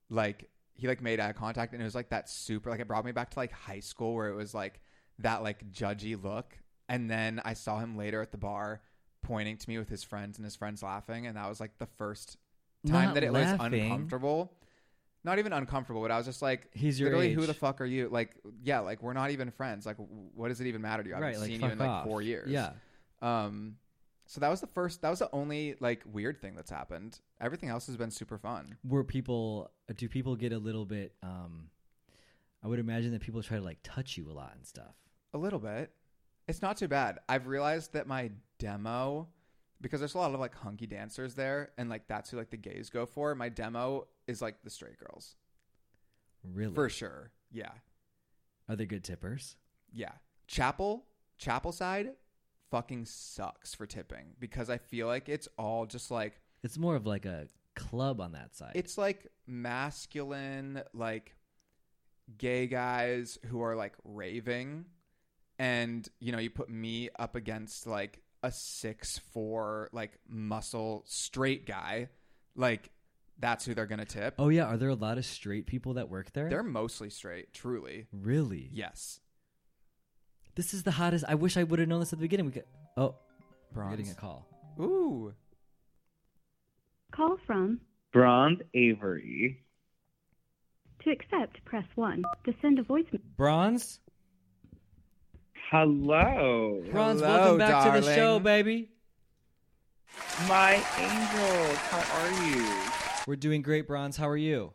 like he like made eye contact and it was like that super like it brought me back to like high school where it was like that like judgy look and then i saw him later at the bar pointing to me with his friends and his friends laughing and that was like the first time
Not
that it was
laughing.
uncomfortable not even uncomfortable but i was just like
He's your
literally who
age.
the fuck are you like yeah like we're not even friends like w- what does it even matter to you i haven't
right, like
seen
fuck
you in like
off.
four years
Yeah,
um so that was the first that was the only like weird thing that's happened everything else has been super fun
were people? Do people get a little bit? um I would imagine that people try to like touch you a lot and stuff.
A little bit. It's not too bad. I've realized that my demo, because there's a lot of like hunky dancers there, and like that's who like the gays go for. My demo is like the straight girls
Really?
for sure. Yeah,
Are they good tippers?
yeah. Chapel Chapel side fucking sucks for tipping because I feel like it's all just like
It's more of like a club on that side.
it's like masculine like gay guys who are like raving and you know you put me up against like a six four like muscle straight guy like that's who they're gonna tip
oh yeah, are there a lot of straight people that work there?
they're mostly straight truly
really.
yes
This is the hottest. I wish I would have known this at the beginning. We could. Oh, we're getting a
bronze
call.
ooh
Call from
Bronze Avery.
to accept press 1. To send a voicemail.
Bronze,
Hello.
Bronze,
Hello,
welcome back to the show,
darling.
baby.
My angels, how are you?
We're doing great, Bronze. How are you?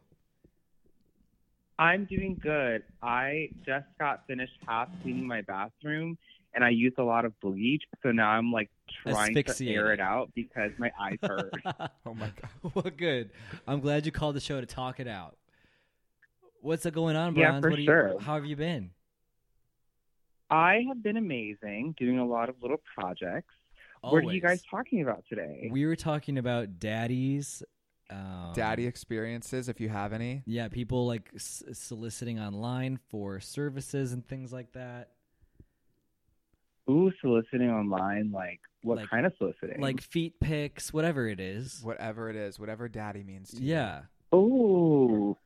I'm doing good. I just got finished half cleaning my bathroom and I used a lot of bleach, so now I'm like trying to air
Asphyxiated.
it out because my eyes hurt.
oh my god
well, good. I'm glad you called the show to talk it out. What's going on,
Yeah,
Bronze?
for
What do you-
sure.
how have you been?
I have been amazing doing a lot of little projects. What are you
Always.
guys talking about today?
We were talking about daddies. Um,
daddy experiences if you have any
Yeah, people like s- soliciting online for services and things like that.
Ooh, soliciting online, like what
Like-
kind of soliciting?
Like feet pics, whatever it is.
whatever it is whatever daddy means to you.
Yeah.
Ooh.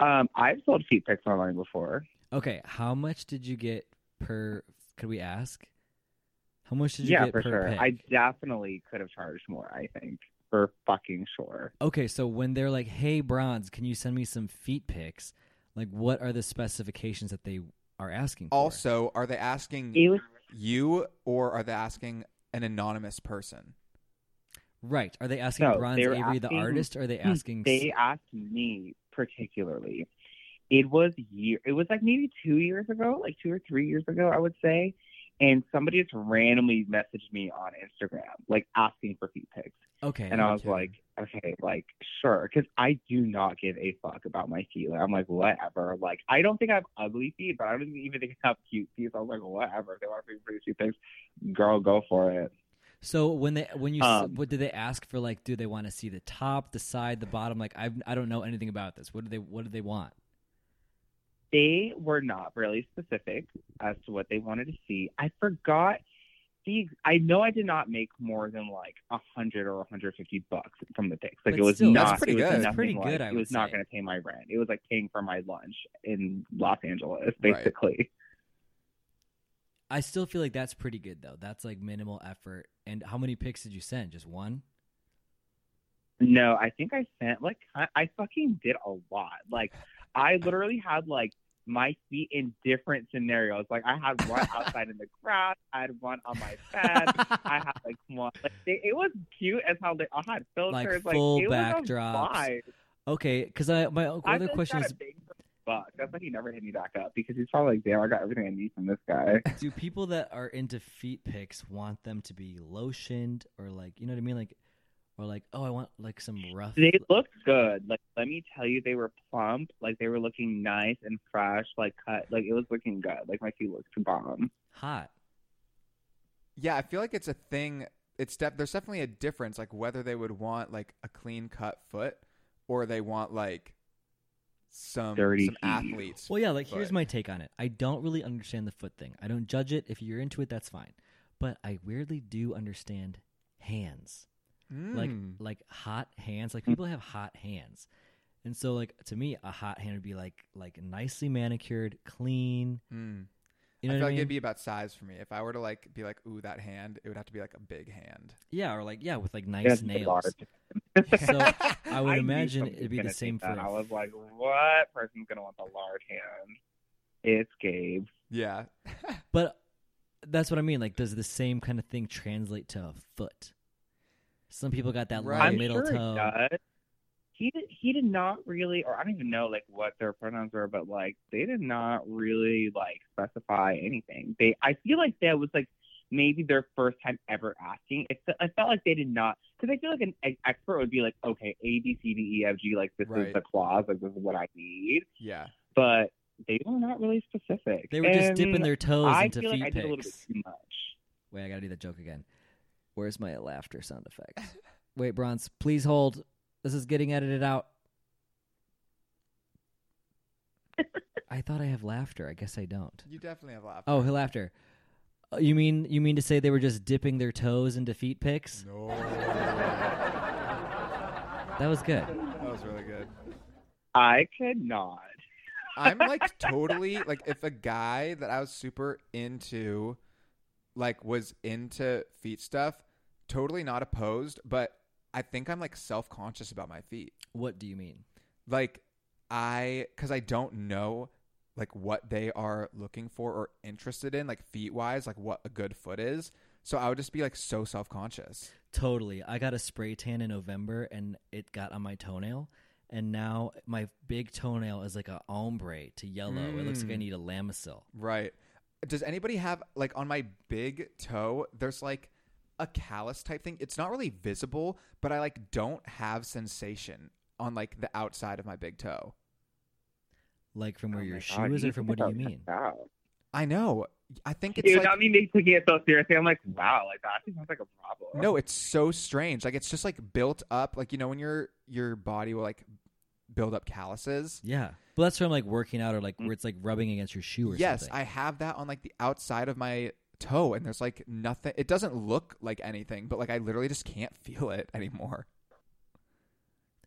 Um, I've sold feet pics online before.
Okay, how much did you get per could we ask? How much did you
yeah,
get
for
per
sure.
pic?
I definitely could have charged more, I think. For fucking sure.
Okay, so when they're like, "Hey, Bronze, can you send me some feet pics?" Like, what are the specifications that they are asking? For?
also are they asking
Hmm.
It was
you or are they asking an anonymous person?
right? Are they asking
No,
Bronze
they were
Avery, the
asking-
artist, or are they asking?
Hmm. they asked me particularly it was year it was like maybe two years ago like two or three years ago i would say and somebody just randomly messaged me on instagram like asking for feet pics
okay,
and
you're
i was
kidding.
like okay like sure because i do not give a fuck about my feet like i'm like whatever like i don't think i have ugly feet but i don't even think i have cute feet so i was like whatever if they want to free feet pics girl go for it
so when they when you s
um,
what do they ask for? Like, do they want to see the top, the side, the bottom? Like, I I don't know anything about this. What do they What do they want?
they were not really specific as to what they wanted to see. I forgot the. I know I did not make more than like a hundred or a hundred fifty bucks from the pics.
But
Like it was
still,
not.
that's pretty
it was
good.
nothing
That's pretty
like-
good, I
it was
would
not
say.
going to pay my rent. It was like paying for my lunch in Los Angeles, basically.
I still feel like that's pretty good though. That's like minimal effort. And how many pics did you send? Just one?
No, I think I sent like I, I fucking did a lot. Like I literally had like my feet in different scenarios. Like I had one outside in the grass. I had one on my bed. I had like one. Like, they, it was cute as how they all had filters. Like,
full
it was a
backdrops.
vibe.
Okay, because I my
I
other
just
question
got
is
a big buck. That's why he never hit me back up because he's probably like, damn, I got everything I need from this guy.
do people that are into feet pics want them to be lotioned or like you know what I mean like or like oh I want like some rough
They looked good. Like let me tell you, they were plump. Like they were looking nice and fresh. Like cut. Like it was looking good. Like my feet looked bomb.
hot
Yeah, I feel like it's a thing. It's def- there's definitely a difference, like whether they would want like a clean cut foot or they want like some
Dirty
some
feet.
athletes.
Well, yeah, like here's
But-
my take on it. I don't really understand the foot thing. I don't judge it. If you're into it, that's fine. But I weirdly do understand hands. Like
Mm.
like hot hands. Like people have hot hands. And so like to me, a hot hand would be like like nicely manicured, clean.
Mm.
You know
I feel
what
like
I mean?
it'd be about size for me. If I were to like be like, ooh, that hand, it would have to be like a big hand.
yeah, or like yeah, with like
It
nice
was a
nails.
large.
So I would
knew
imagine
somebody
it'd be the
was gonna
same
take that.
for a
I was like, what person's gonna want the large hand? It's Gabe.
Yeah.
But that's what I mean. Like, does the same kind of thing translate to a foot? Some people got that
Right.
long
I'm
middle
sure
toe.
it does. He did, he did not really, or I don't even know like what their pronouns were, but like they did not really like specify anything. They I feel like that was like maybe their first time ever asking. It, fe- I felt like they did not because I feel like an e- expert would be like, okay, A B C D E F G, like this
Right.
is the clause, like this is what I need.
Yeah.
but they were not really specific.
They were just
And
dipping their toes
I
into
feel
feet
like I did a little bit
pics.
too much.
Wait, I gotta do that joke again. Where's my laughter sound effect? Wait, Bronze, please hold. This is getting edited out. I thought I have laughter. I guess I don't.
You definitely have laughter.
Oh, laughter. Uh, You mean you mean to say they were just dipping their toes into feet pics?
No.
That was good.
That was really good.
I could not.
I'm like totally like if a guy that I was super into like was into feet stuff, totally not opposed, but I think I'm like self-conscious about my feet.
What do you mean?
Like I cuz I don't know like what they are looking for or interested in like feet-wise, like what a good foot is. So I would just be like so self-conscious.
Totally. I got a spray tan in November and it got on my toenail. And now my big toenail is like a ombre to yellow. It looks like I
Mm.
need a Lamisil.
Right. Does anybody have like on my big toe? There's like a callus type thing. It's not really visible, but I like don't have sensation on like the outside of my big toe.
Like from where
Oh
your
my
shoe
God,
is or from what do you
think
mean?
I was checked out.
I know. I think it's
Dude,
like
I mean, me taking it so seriously. I'm like, wow, like that actually sounds like a problem.
no, it's so strange. Like it's just like built up. Like you know when your your body will like build up calluses.
Yeah. But that's from like working out or like where it's like rubbing against your shoe or
Yes,
something.
I have that on like the outside of my toe, and there's like nothing. It doesn't look like anything, but like I literally just can't feel it anymore.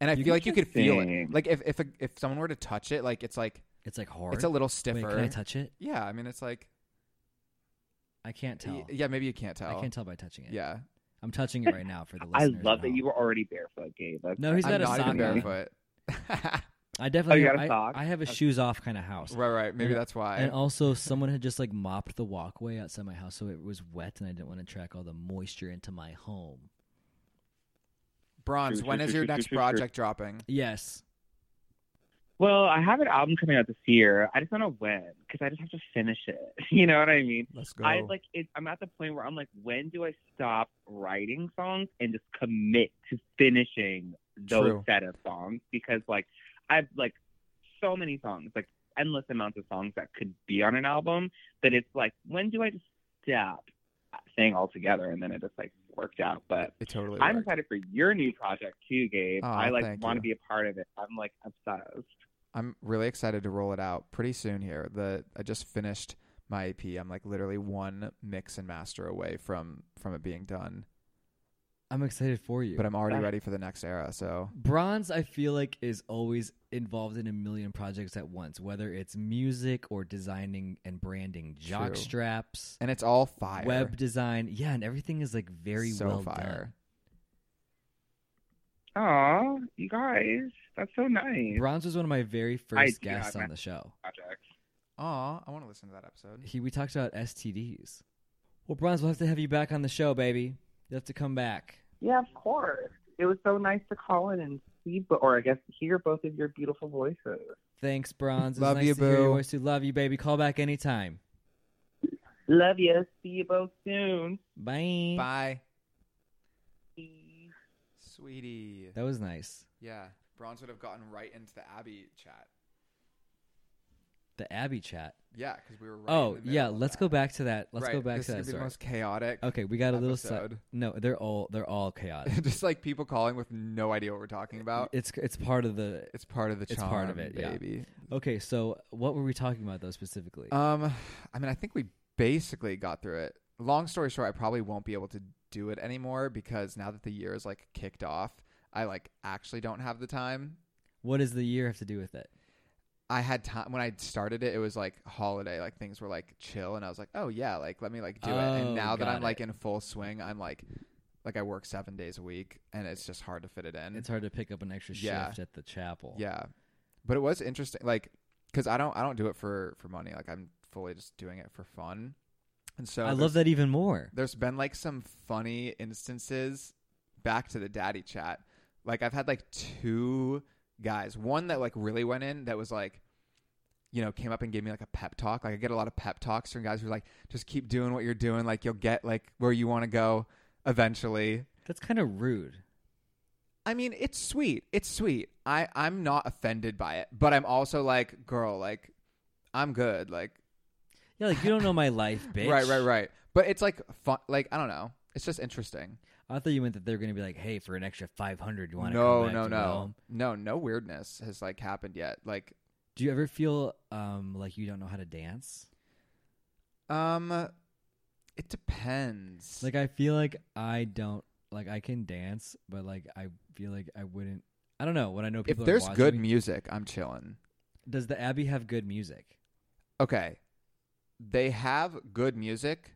And I feel like you could feel it.
Interesting.
Like if if a, if someone were to touch it, like it's like
It's like hard.
it's a little
Wait,
stiffer.
can I touch it?
yeah, I mean it's like
I can't tell.
y- yeah, maybe you can't tell.
I can't tell by touching it.
Yeah,
I'm touching it right now for the
I
listeners.
love
at
that
home.
you were already barefoot, Gabe. That's
No, he's
I'm
got a
not
sock
even
on.
barefoot.
I definitely
Oh, you got a
I-
sock?
I, have a shoes off kind of house.
right, right. Maybe
And-
that's why.
And also, someone had just like mopped the walkway outside my house, so it was wet, and I didn't want to track all the moisture into my home.
Bronze. When is your next project dropping?
Yes,
Well, I have an album coming out this year. I just don't know when because I just have to finish it. You know what I mean?
Let's go.
I like. It, I'm at the point where I'm like, when do I stop writing songs and just commit to finishing those
True.
set of songs? Because like, I've like so many songs, like endless amounts of songs that could be on an album. That it's like, when do I just stop saying altogether? And then it just like worked out. But
it totally.
I'm
worked.
excited for your new project too, Gabe.
Aw,
I like
thank
want
you.
to be a part of it. I'm like obsessed.
I'm really excited to roll it out pretty soon here. The I just finished my EP. I'm like literally one mix and master away from from it being done,
I'm excited for you.
but I'm already
Right.
ready for the next era. So
Bronze, I feel like, is always involved in a million projects at once, whether it's music or designing and branding jock
True.
straps,
and it's all fire.
web design. Yeah, and everything is like very
so
well
fire.
Aw, you guys, that's so nice.
done. Bronze was one of my very
I
first
do not
guests on
match-
the show.
Projects.
Aw, I want to listen to that episode.
He we talked about STDs. Well, Bronze, we'll have to have you back on the show, baby. You'll have to come back.
Yeah, of course. It was so nice to call in and see, bo- or I guess hear both of your beautiful voices.
Thanks, Bronze. It's
Love
nice
you,
to hear your
boo.
voice. too. love you, baby. Call back anytime.
Love you. See you both soon.
Bye.
Bye, sweetie.
That was nice.
Yeah, Bronze would have gotten right into the Abbey chat.
The Abby chat.
Yeah, because we were. Right
oh
in the
yeah,
middle of
let's
that.
go back to that. Let's
Right,
go back
this
to
is
that
gonna be
story.
the most chaotic.
okay, we got a little. Si-
episode.
no, they're all they're all chaotic.
just like people calling with no idea what we're talking about.
it's it's part of the.
It's part of the
It's
charm,
part of it, yeah.
baby.
Okay, so what were we talking about though specifically?
Um, I mean, I think we basically got through it. Long story short, I probably won't be able to do it anymore because now that the year is like kicked off, I like actually don't have the time.
what does the year have to do with it?
I had time when I started it. It was like holiday, like things were like chill, and I was like, oh yeah, like let me like do it.
Oh,
And now that
got
I'm like
it.
in full swing, I'm like, like I work seven days a week, and it's just hard to fit it in.
It's hard to pick up an extra
Yeah.
shift at the chapel.
Yeah, but it was interesting, like because I don't I don't do it for for money. Like I'm fully just doing it for fun. And so
I
there's-
love that even more.
there's been like some funny instances back to the daddy chat. Like I've had like two guys, one that like really went in that was like you know, came up and gave me like a pep talk. Like I get a lot of pep talks from guys who are like just keep doing what you're doing, like you'll get like where you want to go eventually.
That's kind of rude.
I mean, it's sweet. It's sweet. I I'm not offended by it, but I'm also like, girl, like I'm good. Like
Yeah, like you don't know my life, bitch.
right, right, right. But it's like fun. Like I don't know. It's just interesting.
I thought you meant that they're gonna be like, hey, for an extra five hundred, you want to
no,
come back
no,
to
no,
Rome?
no, no weirdness has like happened yet. Like
Do you ever feel um like you don't know how to dance?
um, it depends.
Like I feel like I don't like I can dance, but like I feel like I wouldn't. I don't know when I know
if
people. are
there's
watching
good
me-
music, I'm chilling.
does the Abbey have good music?
okay, they have good music.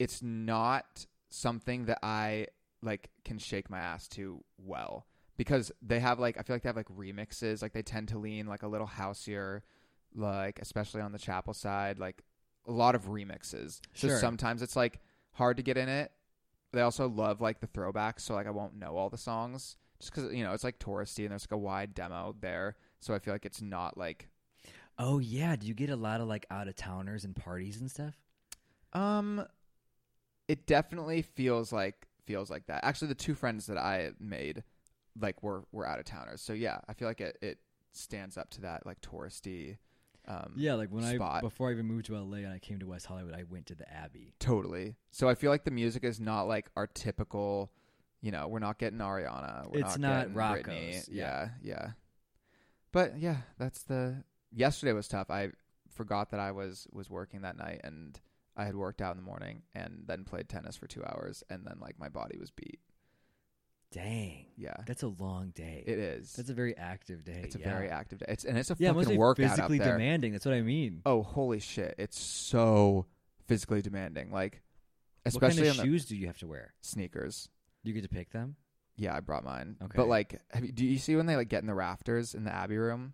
It's not something that I like can shake my ass to well because they have like I feel like they have like remixes. Like they tend to lean like a little houseier, like especially on the chapel side, like a lot of remixes. So
Sure.
sometimes it's like hard to get in it. They also love like the throwbacks, so like I won't know all the songs just because you know it's like touristy and there's like a wide demo there. So I feel like it's not like
Oh yeah, do you get a lot of like out of towners and parties and stuff?
Um, it definitely feels like feels like that. Actually, the two friends that I made like were were out of towners, so yeah, I feel like it it stands up to that like touristy. Um,
Yeah, like when I
Spot.
before I even moved to LA and I came to West Hollywood, I went to the Abbey.
totally. So I feel like the music is not like our typical. You know, we're not getting Ariana. We're
It's
not,
not
getting Britney.
Rocco's,
Yeah.
yeah.
yeah, But yeah, that's the. Yesterday was tough. I forgot that I was was working that night and I had worked out in the morning and then played tennis for two hours and then like my body was beat.
Dang,
Yeah,
that's a long day.
it is.
That's a very active day.
it's a
yeah.
very active day. It's and it's a
yeah, it must
fucking
be
workout
physically
out there.
demanding. That's what I mean.
Oh, holy shit! It's so physically demanding. Like,
what
especially
kind of
on the
shoes do you have to wear?
sneakers.
Do you get to pick them?
Yeah, I brought mine.
Okay.
But like, have you, do you see when they like get in the rafters in the Abbey room?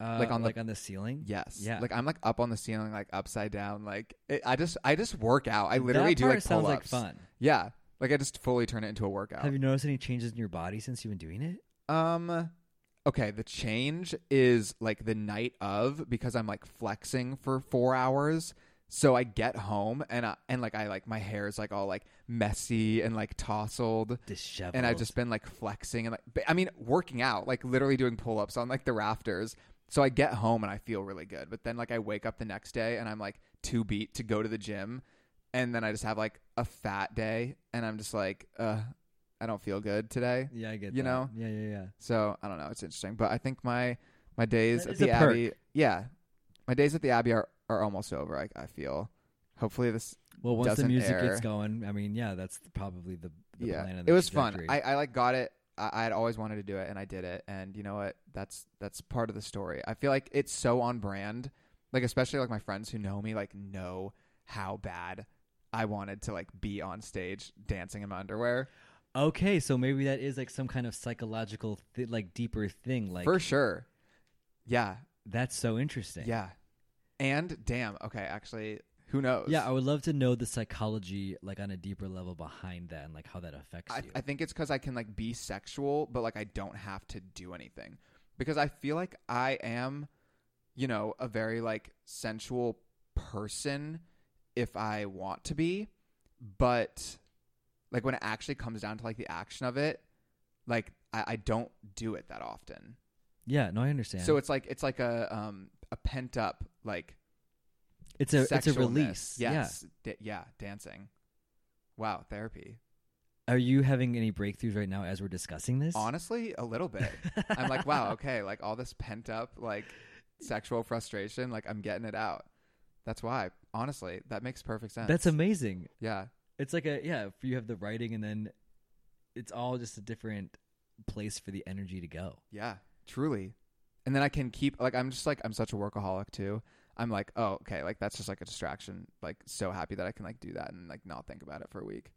Uh,
Like on the-
on the ceiling.
Yes.
Yeah.
Like I'm like up on the ceiling, like upside down. Like it, I just I just work out. I literally
that
do
part
like
sounds
pull
like
ups.
fun.
Yeah. Like I just fully turn it into a workout.
Have you noticed any changes in your body since you've been doing it?
Um okay, the change is like the night of because I'm like flexing for 4 hours. So I get home and I, and like I like my hair is like all like messy and like tousled
Disheveled.
and I've just been like flexing and like but- I mean working out, like literally doing pull-ups on like the rafters. So I get home and I feel really good, but then like I wake up the next day and I'm like too beat to go to the gym and then I just have like a fat day and I'm just like uh I don't feel good today.
Yeah, I get.
you
that.
know?
Yeah, yeah, yeah.
So I don't know. It's interesting, but I think my my days
That
at
is
the
a perk.
Abbey, yeah, my days at the Abbey are, are almost over. I, I feel. Hopefully this,
Well, once the
Doesn't
music
air.
gets going, I mean, yeah, that's th- probably the, the
yeah,
plan. And the
it was
trajectory.
fun. I, I like got it. I had always wanted to do it, and I did it. And you know what? That's that's part of the story. I feel like it's so on brand. Like especially like my friends who know me like know how bad I wanted to like be on stage dancing in my underwear
okay, so maybe that is like some kind of psychological, th- like deeper thing. Like
for sure. Yeah,
that's so interesting.
yeah. And damn, okay, actually, who knows?
yeah. I would love to know the psychology, like on a deeper level behind that, and like how that affects
I,
you.
I think it's because I can like be sexual, but like I don't have to do anything because I feel like I am, you know, a very like sensual person if I want to be, but like when it actually comes down to like the action of it, like I, I don't do it that often.
yeah, no, I understand.
So it's like it's like a um a pent up like
it's a it's a
sexualness.
release.
Yes, yeah, yeah, dancing. Wow, therapy.
Yeah. Are you having any breakthroughs right now as we're discussing this?
Honestly, a little bit. I'm like, wow, okay, like all this pent up like sexual frustration, like I'm getting it out. That's why, honestly, that makes perfect sense.
That's amazing.
yeah,
It's like a yeah, if you have the writing and then it's all just a different place for the energy to go.
yeah, truly. And then I can keep like I'm just like I'm such a workaholic too. I'm like, oh, okay, like that's just like a distraction. Like so happy that I can like do that and like not think about it for a week.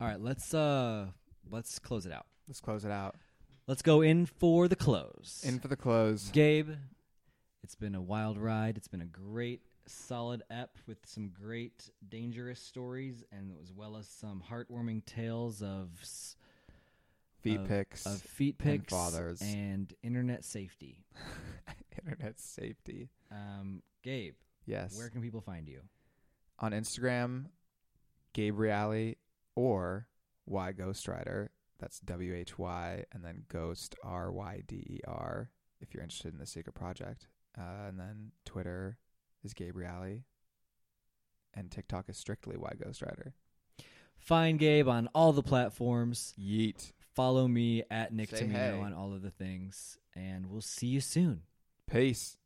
All right, let's uh let's close it out.
Let's close it out.
Let's go in for the close.
In for the close.
Gabe, it's been a wild ride. It's been a great solid ep with some great dangerous stories and as well as some heartwarming tales of s-
Feet
of-
pics.
of feet
and
pics
fathers.
and internet safety.
Internet safety.
Um Gabe,
Yes.
where can people find you?
on Instagram, Gabrielli or Y Ghost Rider. That's W H Y and then Ghost R Y D E R. If you're interested in the secret project, Uh, and then Twitter is Gabrielli. And TikTok is strictly Why Ghost Rider.
Find Gabe on all the platforms.
Yeet.
Follow me at Nick
Say
Tamino
hey.
on all of the things. And we'll see you soon.
Peace.